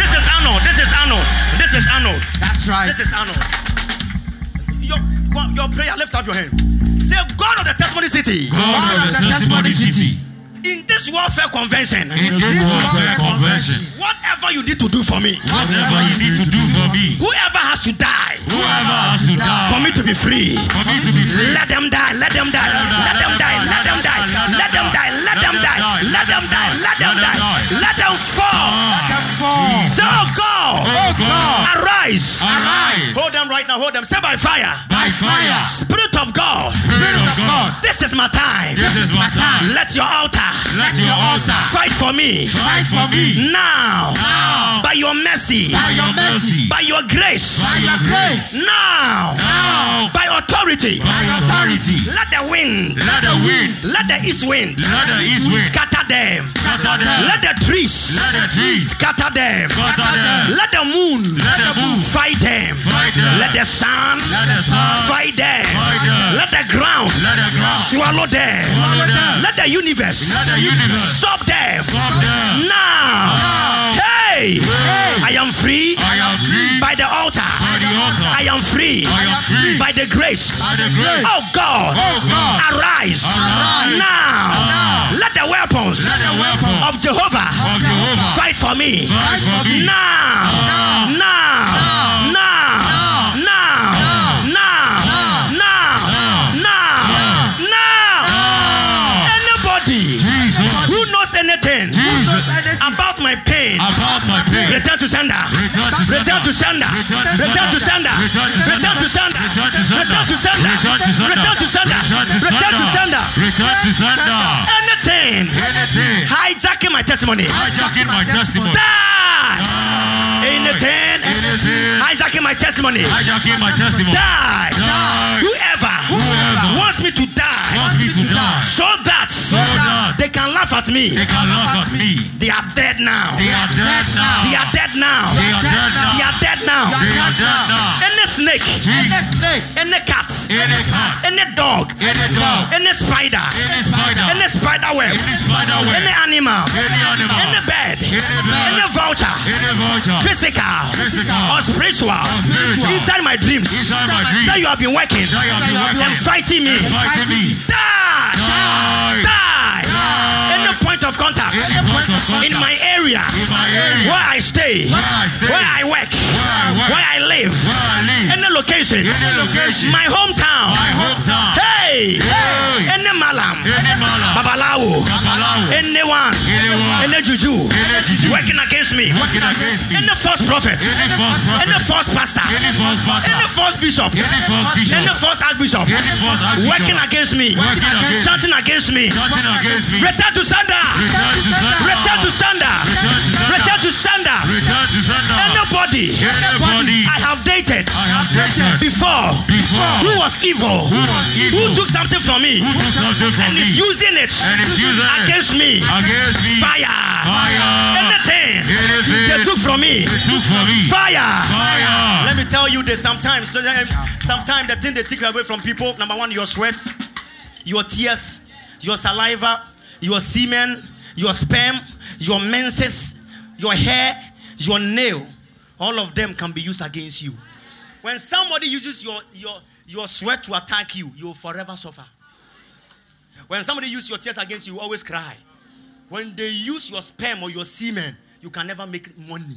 S2: This is Arnold, this is Arnold, this is Arnold.
S5: That's right.
S2: This is Arnold. Your, your, your prayer, lift up your hand. Say, "Oh, God of the testimony city,
S3: God of the testimony city.
S2: in this warfare convention,
S3: In this warfare convention.
S2: whatever you need to do for me,
S3: Whatever you need to do for me.
S2: whoever has to die,
S3: Whoever has to
S2: for
S3: die
S2: me to be free.
S3: for me to be free.
S2: Let them die, let them die, let them die, let them die, let them die, let them die, let them die, let them die, let them fall. So God,
S3: Oh God,
S2: arise.
S3: arise
S2: Hold them right now, hold them. Say by fire.
S3: by fire.
S2: Spirit of God,
S3: Spirit of God,
S2: this is my time.
S3: this is my time.
S2: Let your altar
S3: Let your altar
S2: fight for me
S3: fight for me
S2: now
S3: now.
S2: by your mercy,
S3: By your mercy,
S2: by your grace
S3: by your grace,
S2: now
S3: now
S2: by authority.
S3: by authority.
S2: Let the wind,
S3: Let the wind,
S2: let the east wind
S3: let the east wind
S2: scatter them.
S3: scatter them.
S2: Let the trees
S3: Let the trees
S2: scatter them.
S3: scatter them.
S2: Let the moon
S3: Let the moon
S2: fight them.
S3: fight them.
S2: Let the sun
S3: Let the sun
S2: fight them.
S3: fight them.
S2: Let the ground
S3: Let the ground
S2: swallow them.
S3: swallow them.
S2: Let the universe
S3: Let the universe
S2: stop them
S3: stop them.
S2: now.
S3: Now
S2: Hey, I am free
S3: I am free
S2: by the altar.
S3: by the
S2: I
S3: altar.
S2: am free
S3: I am free
S2: by the grace.
S3: by the grace.
S2: Oh God,
S3: Oh God,
S2: arise
S3: Arise.
S2: now. Let the weapons
S3: let the weapon
S2: of Jehovah
S3: of Jehovah
S2: fight for me
S3: fight for me.
S2: now.
S3: Now.
S2: now, now, now, now, now, now, now. Anybody
S3: Jesus,
S2: who knows anything
S3: Jesus,
S2: about my pain,
S3: about my pain.
S2: return to sender.
S3: Return to
S2: Return to sender. Return to sender. Return to sender.
S3: Return to
S2: Return to sender. Return to sender. Return to sender.
S3: Return to sender.
S2: Anything
S3: Anything
S2: hijacking my testimony.
S3: hijacking my testimony.
S2: Die. Anything
S3: Anything
S2: hijacking my testimony.
S3: hijacking my testimony.
S2: Die.
S3: Die.
S2: Whoever
S3: Whoever
S2: wants me to die
S3: Wants me to die.
S2: so that
S3: So
S2: they can laugh at me,
S3: they can laugh at me.
S2: they are dead now.
S3: They are dead now.
S2: They are dead now.
S3: They are dead now.
S2: They are dead now.
S3: They are dead now.
S2: Any snake,
S3: Jesus,
S2: any cat,
S3: any cat,
S2: any dog,
S3: any dog,
S2: any spider,
S3: any spider,
S2: any spider web,
S3: any spider
S2: any
S3: web,
S2: animal,
S3: any animal,
S2: any bird,
S3: bird,
S2: any vulture,
S3: any vulture,
S2: physical
S3: physical,
S2: or spiritual,
S3: spiritual,
S2: inside my dreams
S3: inside my
S2: that
S3: dream,
S2: you have been working
S3: that you have been
S2: and
S3: working,
S2: fighting me.
S3: fighting me,
S2: Die!
S3: die,
S2: Die! Any point of contact
S3: any point of contact
S2: in my area
S3: in my area,
S2: where I stay,
S3: where I stay,
S2: where I work,
S3: where I work,
S2: where I live,
S3: where I live,
S2: any location,
S3: any location, my
S2: my hometown.
S3: hometown,
S2: Hey!
S3: Hey.
S2: Any malam,
S3: any mala,
S2: babalawo,
S3: Babalawo,
S2: anyone,
S3: anyone,
S2: any juju
S3: any juju,
S2: working against me,
S3: working against me,
S2: any false prophet,
S3: any false
S2: any
S3: prophet,
S2: false pastor,
S3: any false
S2: any
S3: pastor,
S2: false bishop,
S3: any false
S2: any
S3: bishop,
S2: false archbishop
S3: any false
S2: working
S3: archbishop,
S2: against me,
S3: Working against
S2: something against me.
S3: nothing against me,
S2: Return to sender.
S3: return to
S2: Return
S3: sender,
S2: to sender. Return to sender.
S3: return to sender,
S2: Anybody
S3: anybody
S2: I have dated
S3: I have dated
S2: before
S3: before
S2: who was evil,
S3: who was evil,
S2: who took something from me
S3: who took something from
S2: and
S3: me,
S2: is using it
S3: and is using it
S2: against me.
S3: against me,
S2: Fire.
S3: fire,
S2: Anything
S3: anything
S2: they took from me.
S3: they took from me,
S2: Fire.
S3: fire.
S2: Let me tell you this sometimes, sometimes the thing they take away from people number one, your sweats, your tears, your saliva, your semen, your sperm, your menses, your hair, your nail. All of them can be used against you. When somebody uses your, your, your sweat to attack you, you'll forever suffer. When somebody uses your tears against you, you always cry. When they use your sperm or your semen, you can never make money.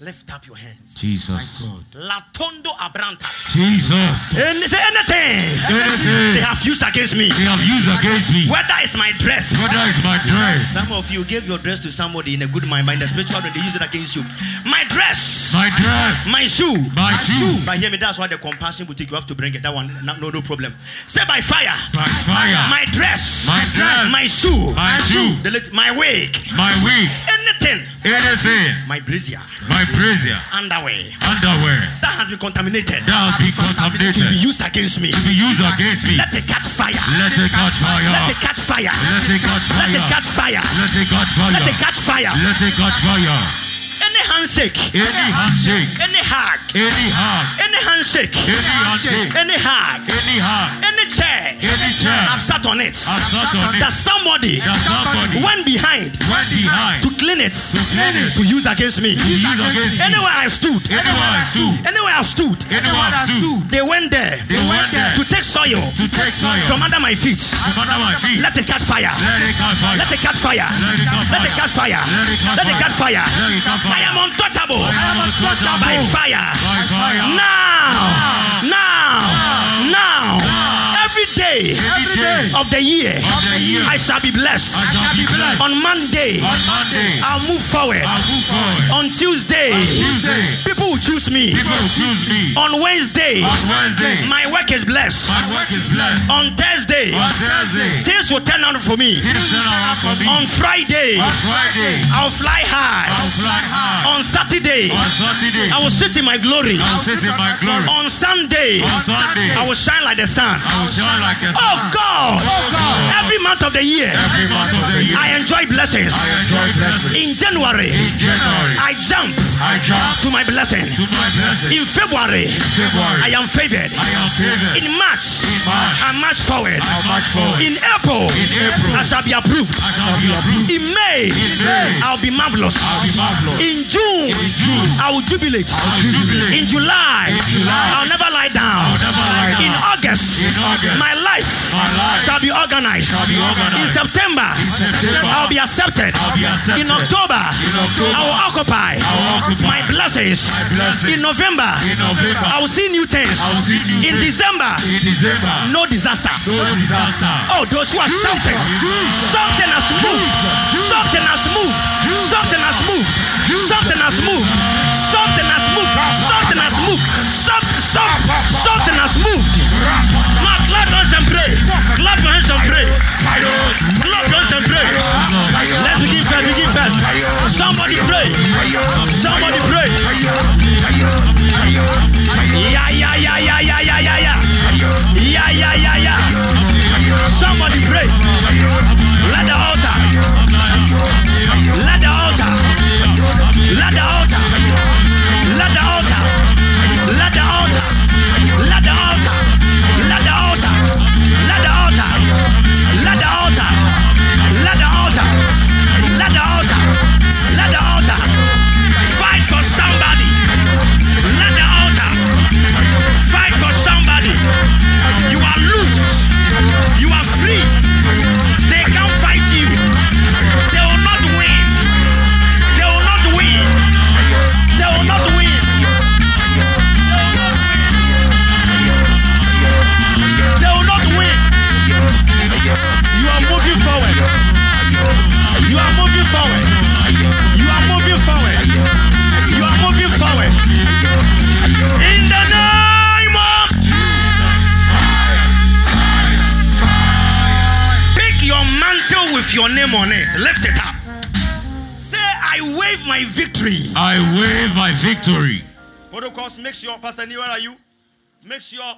S2: Lift up your hands.
S3: Jesus,
S2: Latondo Abranta.
S3: Jesus,
S2: And say anything they
S3: anything
S2: have used against me,
S3: they have used against me,
S2: whether it's my dress.
S3: whether it's my dress,
S2: Some of you gave your dress to somebody in a good mind, but in the spiritual world, they use it against you. My dress,
S3: my dress,
S2: my shoe.
S3: my shoe,
S2: But hear me, that's why the compassion will take. You have to bring it. That one, no, no, no problem. Say by fire.
S3: my fire,
S2: My dress,
S3: My dress.
S2: my shoe,
S3: my shoe,
S2: the lit- my wig,
S3: my wig,
S2: anything,
S3: anything,
S2: my brazier,
S3: my brazier,
S2: underwear.
S3: underwear
S2: That has been contaminated.
S3: that has been
S2: To be
S3: contaminated
S2: used against me.
S3: to be used against me.
S2: Let it catch fire.
S3: Let it catch
S2: Let
S3: fire.
S2: it catch fire.
S3: Let it catch
S2: Let it
S3: fire.
S2: catch fire.
S3: Let it catch
S2: Let it
S3: fire.
S2: catch fire.
S3: Let it catch fire.
S2: Any handshake,
S3: Any handshake,
S2: any hug,
S3: any hug,
S2: any handshake,
S3: any handshake,
S2: any hug,
S3: any hug,
S2: any chair
S3: any chair.
S2: I've sat on it.
S3: I've not on it.
S2: That somebody
S3: That somebody
S2: went behind
S3: went behind
S2: to
S3: to
S2: clean it,
S3: clean it.
S2: to use against me.
S3: To use against me.
S2: Anywhere I've stood,
S3: Anyone stood.
S2: anywhere I've stood,
S3: Anyone stood.
S2: they went there
S3: They went there
S2: to take soil
S3: to take soil
S2: from
S3: from
S2: under my feet.
S3: under my feet.
S2: Let it catch fire.
S3: Let it catch fire.
S2: Let it catch fire. Let it catch fire. Let it catch fire. I am untouchable
S3: I am
S2: by
S3: untouchable Ah.
S2: fire.
S3: God's fire.
S2: Now, now,
S3: Ah.
S2: now, every day
S3: Every day
S2: of the year,
S3: Ah. of the year,
S2: I shall be blessed.
S3: I Ah. shall be blessed.
S2: On Monday,
S3: On Monday,
S2: I'll move forward.
S3: I'll move forward.
S2: On Tuesday,
S3: On Tuesday,
S2: people will choose me.
S3: people choose me.
S2: On Wednesday,
S3: On Wednesday,
S2: my work is blessed.
S3: my work is blessed.
S2: On Thursday,
S3: On Thursday,
S2: things will turn out for me.
S3: things turn around for me.
S2: On Friday,
S3: On Friday,
S2: I'll fly high.
S3: I'll fly high.
S2: On Saturday,
S3: On Saturday,
S2: I will sit in my glory.
S3: I'll sit in my glory.
S2: On Sunday,
S3: On Sunday,
S2: I will shine like the sun.
S3: I'll shine like a
S2: Oh
S3: star.
S2: God!
S3: Oh God.
S2: Every month of the year,
S3: Every month of the year,
S2: I enjoy blessings.
S3: I enjoy blessing.
S2: In January,
S3: In January,
S2: I jump
S3: I jump
S2: to my blessing.
S3: to my blessing.
S2: In February,
S3: February,
S2: I am favored.
S3: I am favored.
S2: In March,
S3: In March,
S2: I march forward.
S3: I march forward.
S2: In April,
S3: In April,
S2: I shall be approved.
S3: I shall be approved.
S2: In May,
S3: In May,
S2: I'll be marvelous.
S3: I'll be marvelous.
S2: In June,
S3: In June,
S2: I will jubilate.
S3: I'll jubilate.
S2: In July,
S3: In July,
S2: I'll never lie down.
S3: I'll never lie
S2: In
S3: down.
S2: August,
S3: In August,
S2: my life
S3: my life
S2: shall be organized.
S3: shall be organized.
S2: In September,
S3: September,
S2: I'll be accepted.
S3: I'll be accepted.
S2: In October,
S3: In October,
S2: I will occupy
S3: I will occupy
S2: my blessings.
S3: my blessings.
S2: In November,
S3: In November,
S2: I will see new things.
S3: I will see new
S2: In
S3: things.
S2: December,
S3: In December,
S2: no disaster.
S3: no disaster.
S2: Oh, those who are shouting, something has moved. Something has moved. Something has moved. Something has moved. Something has moved. Something has moved. Some, some, something has moved. Ma, clap your hands and pray. Clap your hands and pray. Clap your hands and pray. Let's begin first. Begin first. Somebody pray. Somebody pray. Yeah, yeah, yeah, yeah, yeah, yeah, yeah, yeah. Yeah, yeah, yeah, yeah. Somebody pray. Let the altar. Let the altar. Let the altar. Let the altar. Let the altar. Let the altar. Let the altar. Let the altar. Let the altar. Let the altar. Let the altar. Let the altar. Fight for somebody. Let the altar. Fight for somebody. You are loosed. You are free. They can't fight you. They will not win. They will not win. They will not win. They will not win. You are moving forward. You are moving forward. You are moving forward. You are moving forward. In the name of Pick your mantle with your name on it. Lift it up. Say, I wave my victory.
S3: I wave my victory.
S2: Protocols, make sure, Pastor Neil, where are you? Make sure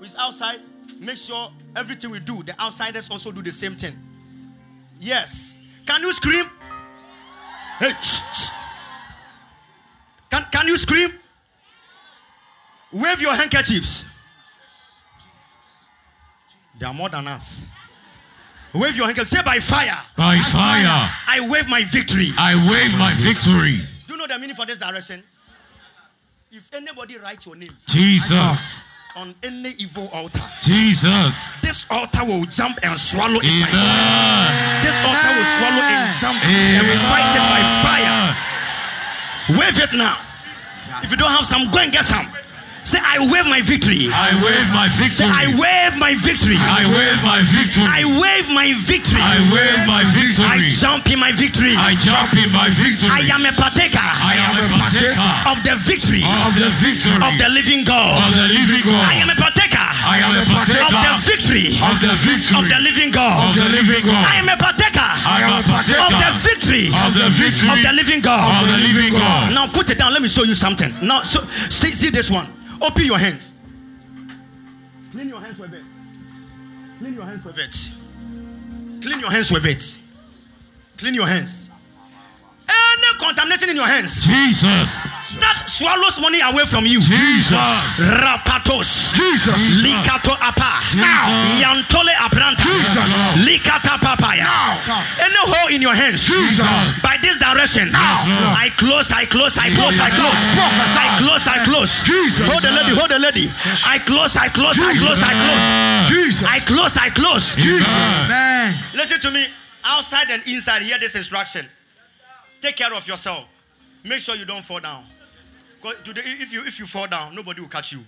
S2: with outside, make sure everything we do, the outsiders also do the same thing. Yes. Can you scream? Hey, shh, shh. Can, can you scream? Wave your handkerchiefs. They are more than us. Wave your handkerchief. Say by fire.
S3: By fire,
S2: I wave my victory.
S3: I wave my victory.
S2: Do you know the meaning for this direction? If anybody writes your name
S3: Jesus,
S2: on any evil altar,
S3: Jesus,
S2: this altar will jump and swallow it by fire.
S3: Amen.
S2: This altar will swallow and jump and be fighted by fire. Wave it now. If you don't have some, go and get some. Say, I wave my victory.
S3: I wave my
S2: Say,
S3: victory.
S2: I wave my victory.
S3: I wave my victory.
S2: I wave my victory.
S3: I wave my
S2: I
S3: victory.
S2: jump in my victory.
S3: I jump in my victory.
S2: I am a partaker
S3: I am a partaker
S2: of the victory
S3: of the victory
S2: of the living
S3: of
S2: God.
S3: the living God.
S2: I am a partaker
S3: I am a
S2: of
S3: partaker
S2: the victory
S3: of the victory
S2: of the
S3: of
S2: living God.
S3: the living God.
S2: I am a partaker
S3: I am a partaker
S2: of the victory
S3: of the victory
S2: of the
S3: of
S2: living God.
S3: the living God.
S2: Now put it down. Let me show you something. Now so, see, see this one. Open your hands. Clean your hands with it. Clean your hands with it. Clean your hands with it. Clean your hands. Any contamination in your hands
S3: Jesus,
S2: that swallows money away from you.
S3: Jesus,
S2: Rapatos.
S3: Jesus,
S2: Likato apa.
S3: Jesus.
S2: Yantole apranta.
S3: Jesus.
S2: Likata papaya. Any hole in your hands.
S3: Jesus.
S2: By this direction.
S3: Yes, Lord.
S2: I close, I close, I close, I
S3: Yes,
S2: close.
S3: Lord.
S2: I close, I close.
S3: Jesus.
S2: Hold the lady, hold the lady. I close, I close, I close, I close.
S3: Jesus,
S2: I close, I close.
S3: Jesus,
S5: Amen.
S2: Listen to me. Outside and inside, hear this instruction. Take care of yourself. Make sure you don't fall down. 'Cause Today, if you if you fall down, nobody will catch you.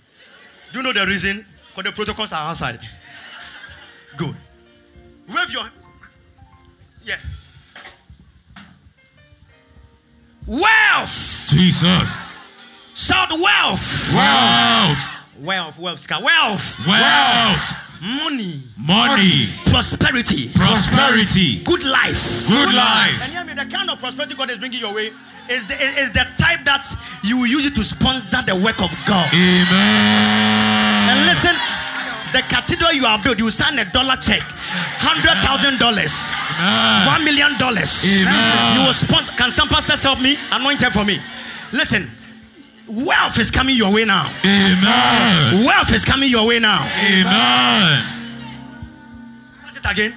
S2: Do you know the reason? Because the protocols are outside. Good. Wave your yeah. Wealth.
S3: Jesus.
S2: Shout wealth.
S3: Wealth.
S2: Wealth. Wealth. Ska. Wealth.
S3: Wealth.
S2: Money.
S3: Money.
S2: Prosperity.
S3: Prosperity.
S2: Good life.
S3: Good life.
S2: And hear me, the kind of prosperity God is bringing your way is the, is the type that you will use it to sponsor the work of God. And
S3: Amen.
S2: listen, the cathedral you are built, you sign a dollar check, hundred thousand dollars, one million dollars.
S3: Amen.
S2: You will sponsor. Can some pastors help me? Anoint her for me. Listen, wealth is coming your way now.
S3: Amen.
S2: Wealth is coming your way now.
S3: Amen.
S2: Say it again.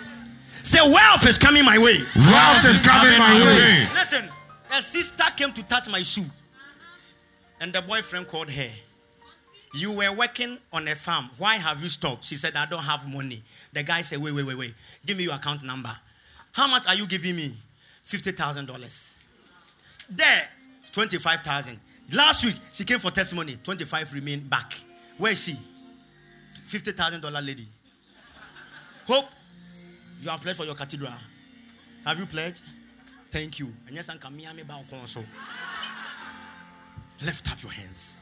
S2: Say wealth is coming my way.
S3: Wealth is coming my way.
S2: Listen, a sister came to touch my shoe, and the boyfriend called her. You were working on a farm. Why have you stopped? She said, I don't have money. The guy said, Wait, wait, wait, wait. Give me your account number. How much are you giving me? $50,000. There, 25000 Last week, she came for testimony. 25 remain back. Where is she? $50,000 lady. Hope you have pledged for your cathedral. Have you pledged? Thank you. And yes, Uncle Miami Bao Conso. Lift up your hands.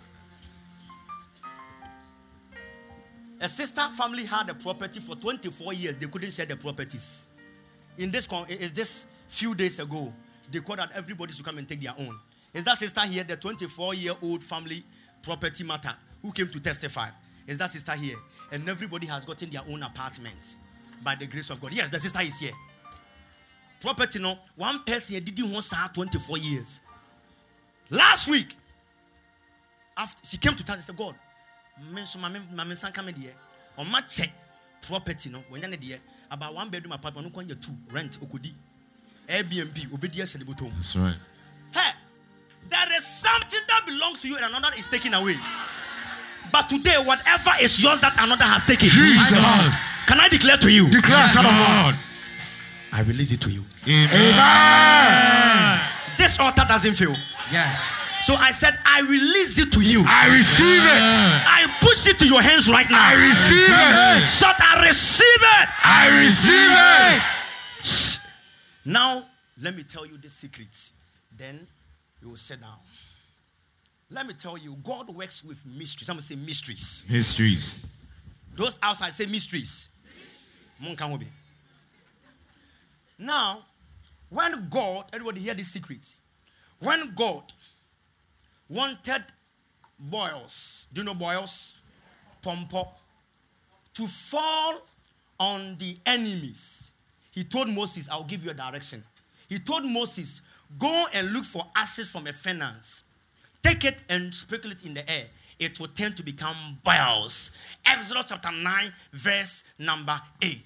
S2: A sister family had a property for 24 years. They couldn't share the properties. In this, con- is this few days ago, they called out everybody to come and take their own. Is that sister here, the 24 year old family property matter, who came to testify? Is that sister here? And everybody has gotten their own apartment by the grace of God. Yes, the sister is here property no one person did not saa 24 years last week after she came to town and said god me nso ma me ma me nsa nka me deɛ ɔma kyɛ property no wɔnya ne deɛ about one bedroom apartment ɔno kɔn yɛ two rent okodi airbnb obedi ɛsɛ ne bɔtɔ mu
S3: That's right.
S2: hey there is something that belongs to you and another is taken away but today whatever is yours that another has taken
S3: Jesus.
S2: can i declare to you
S5: Declare, son of God.
S3: God.
S2: i release it to you
S3: Amen.
S2: this altar doesn't fail
S5: Yes.
S2: So I said, I release it to you. I,
S5: I receive it.
S2: push it to your hands right now.
S5: I receive it.
S2: Shout, I receive it.
S5: I receive it.
S2: Shh. Now, let me tell you the secret. Then you will sit down. Let me tell you, God works with mysteries. Someone say mysteries.
S3: Mysteries.
S2: Those outside say mysteries. Monka wo bi. Now, when God, everybody hear this secret. When God wanted Boils, do you know Boils? Pompo, to fall on the enemies, he told Moses, I'll give you a direction. He told Moses, Go and look for ashes from a furnace take it and sprinkle it in the air. It will tend to become boils. Exodus chapter 9, verse number 8.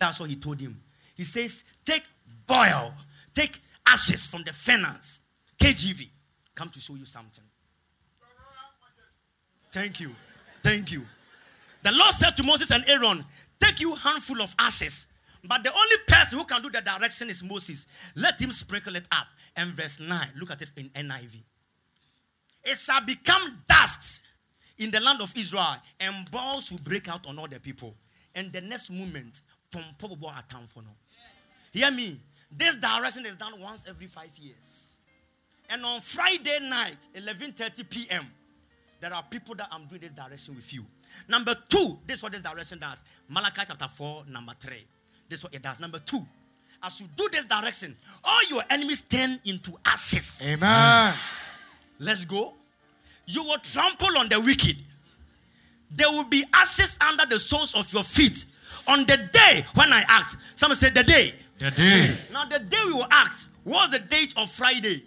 S2: That's what he told him. He says, Take boil, take ashes from the furnace. KGV, come to show you something. Thank you. Thank you. The Lord said to Moses and Aaron, Take you handful of ashes. But the only person who can do the direction is Moses. Let him sprinkle it up. And verse 9, look at it in NIV. It shall become dust in the land of Israel, and balls will break out on all the people. And the next moment, pom pom pom, pom, atam for no. Hear me. This direction is done once every five years. And on Friday night, 11:30 p.m., there are people that I'm doing this direction with you. Number two, this is what this direction does. Malachi chapter 4, number 3. This is what it does. Number two, as you do this direction, all your enemies turn into ashes.
S5: Amen.
S2: Let's go. You will trample on the wicked. There will be ashes under the soles of your feet on the day when I act. Someone said the day.
S3: The day.
S2: Now the day we will act. What's the date of Friday?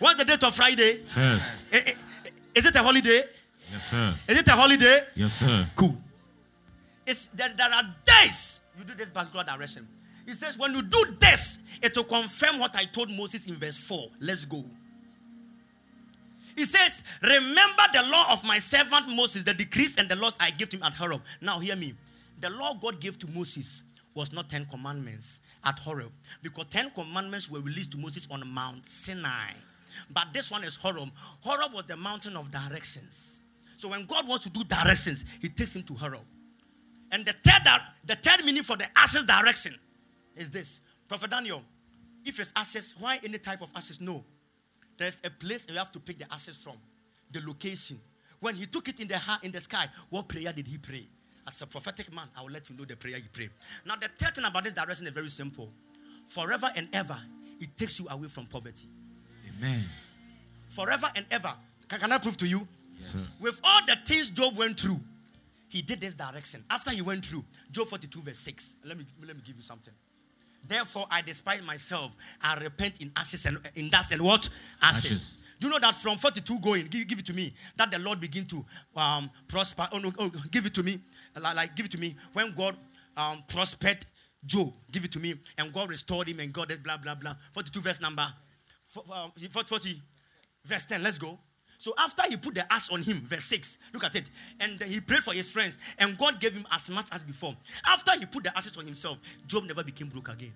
S2: What's the date of Friday?
S3: First.
S2: Eh, eh, eh, Is it a holiday?
S3: Yes, sir.
S2: Is it a holiday?
S3: Yes, sir.
S2: Cool. It's there, there are days you do this particular direction. It says, when you do this, it will confirm what I told Moses in verse 4. Let's go. He says, Remember the law of my servant Moses, the decrees and the laws I gave to him at Horeb. Now, hear me. The law God gave to Moses was not 10 commandments at Horeb, because 10 commandments were released to Moses on Mount Sinai. But this one is Horeb. Horeb was the mountain of directions. So when God wants to do directions, He takes him to Horeb. And the third, di- the third meaning for the access direction is this. Prophet Daniel, if it's access, why any type of access? No. There's a place you have to pick the access from, the location. When he took it in the heart, in the sky, what prayer did he pray? As a prophetic man, I will let you know the prayer he prayed. Now, the third thing about this direction is very simple. Forever and ever, it takes you away from poverty.
S3: Amen.
S2: Forever and ever. Can, can I prove to you?
S3: Yes. Sir.
S2: With all the things Job went through, he did this direction. After he went through, Job 42, verse 6. Let me, let me give you something. Therefore, I despise myself. I repent in ashes and in dust and what? Ashes.
S3: Ashes.
S2: Do you know that from 42 going, give, give it to me, that the Lord begin to um, prosper? Oh, no, oh, give it to me. Like, like, give it to me. When God um, prospered Job, give it to me. And God restored him and God did blah, blah, blah. 42 verse number. fo- um, 40, verse 10. Let's go. So after he put the ash on him, verse 6, look at it. And he prayed for his friends, and God gave him as much as before. After he put the ashes on himself, Job never became broke again.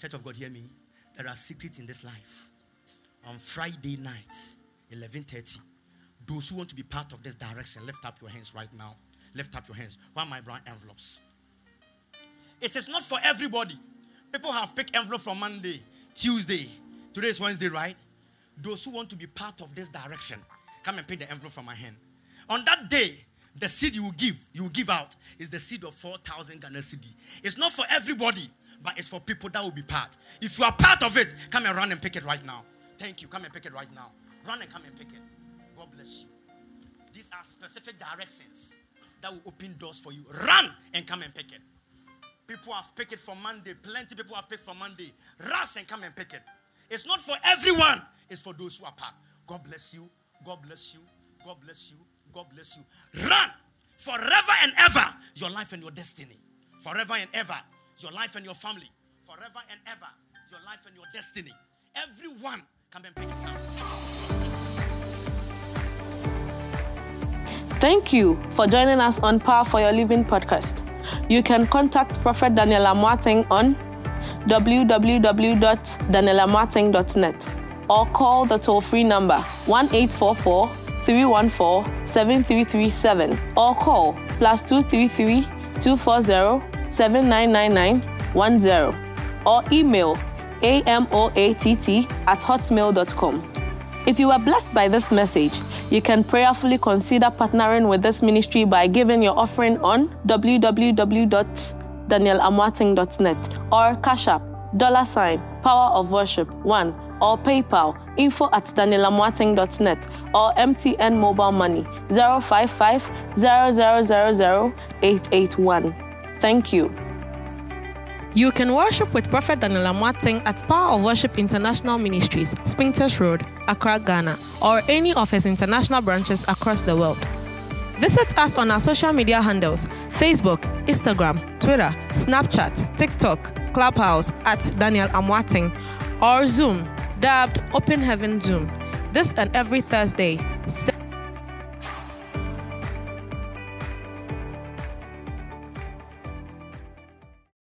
S2: Church of God, hear me. There are secrets in this life. On Friday night, 11:30, those who want to be part of this direction, lift up your hands right now. Lift up your hands. Why my brown envelopes? It is not for everybody. People have picked envelope from Monday, Tuesday. Today is Wednesday, right? Those who want to be part of this direction, come and pick the envelope from my hand. On that day, the seed you will give, you will give out, is the seed of 4,000 Ghana CD. It's not for everybody, but it's for people that will be part. If you are part of it, come and run and pick it right now. Thank you. Come and pick it right now. Run and come and pick it. God bless you. These are specific directions that will open doors for you. Run and come and pick it. People have picked it from Monday. Plenty people have picked from Monday. Rush and come and pick it. It's not for everyone, it's for those who are part. God bless you. God bless you. God bless you. God bless you. Run forever and ever your life and your destiny. Forever and ever your life and your family. Forever and ever your life and your destiny. Everyone come and pick it up.
S1: Thank you for joining us on Power for Your Living podcast. You can contact Prophet Daniela Martin on www.danielamartin.net or call the toll free number 1844 314 7337 or call plus 233 240 7999 10 or email amoatt at hotmail.com. If you were blessed by this message, you can prayerfully consider partnering with this ministry by giving your offering on www.danielamwating.net or Cash App, dollar sign, Power of Worship, 1 or PayPal, info at danielamwating.net or MTN Mobile Money, 055 0000 881. Thank you. You can worship with Prophet Daniel Amwating at Power of Worship International Ministries, Spintesh Road, Accra, Ghana, or any of his international branches across the world. Visit us on our social media handles Facebook, Instagram, Twitter, Snapchat, TikTok, Clubhouse at Daniel Amwating, or Zoom, dubbed Open Heaven Zoom, this and every Thursday,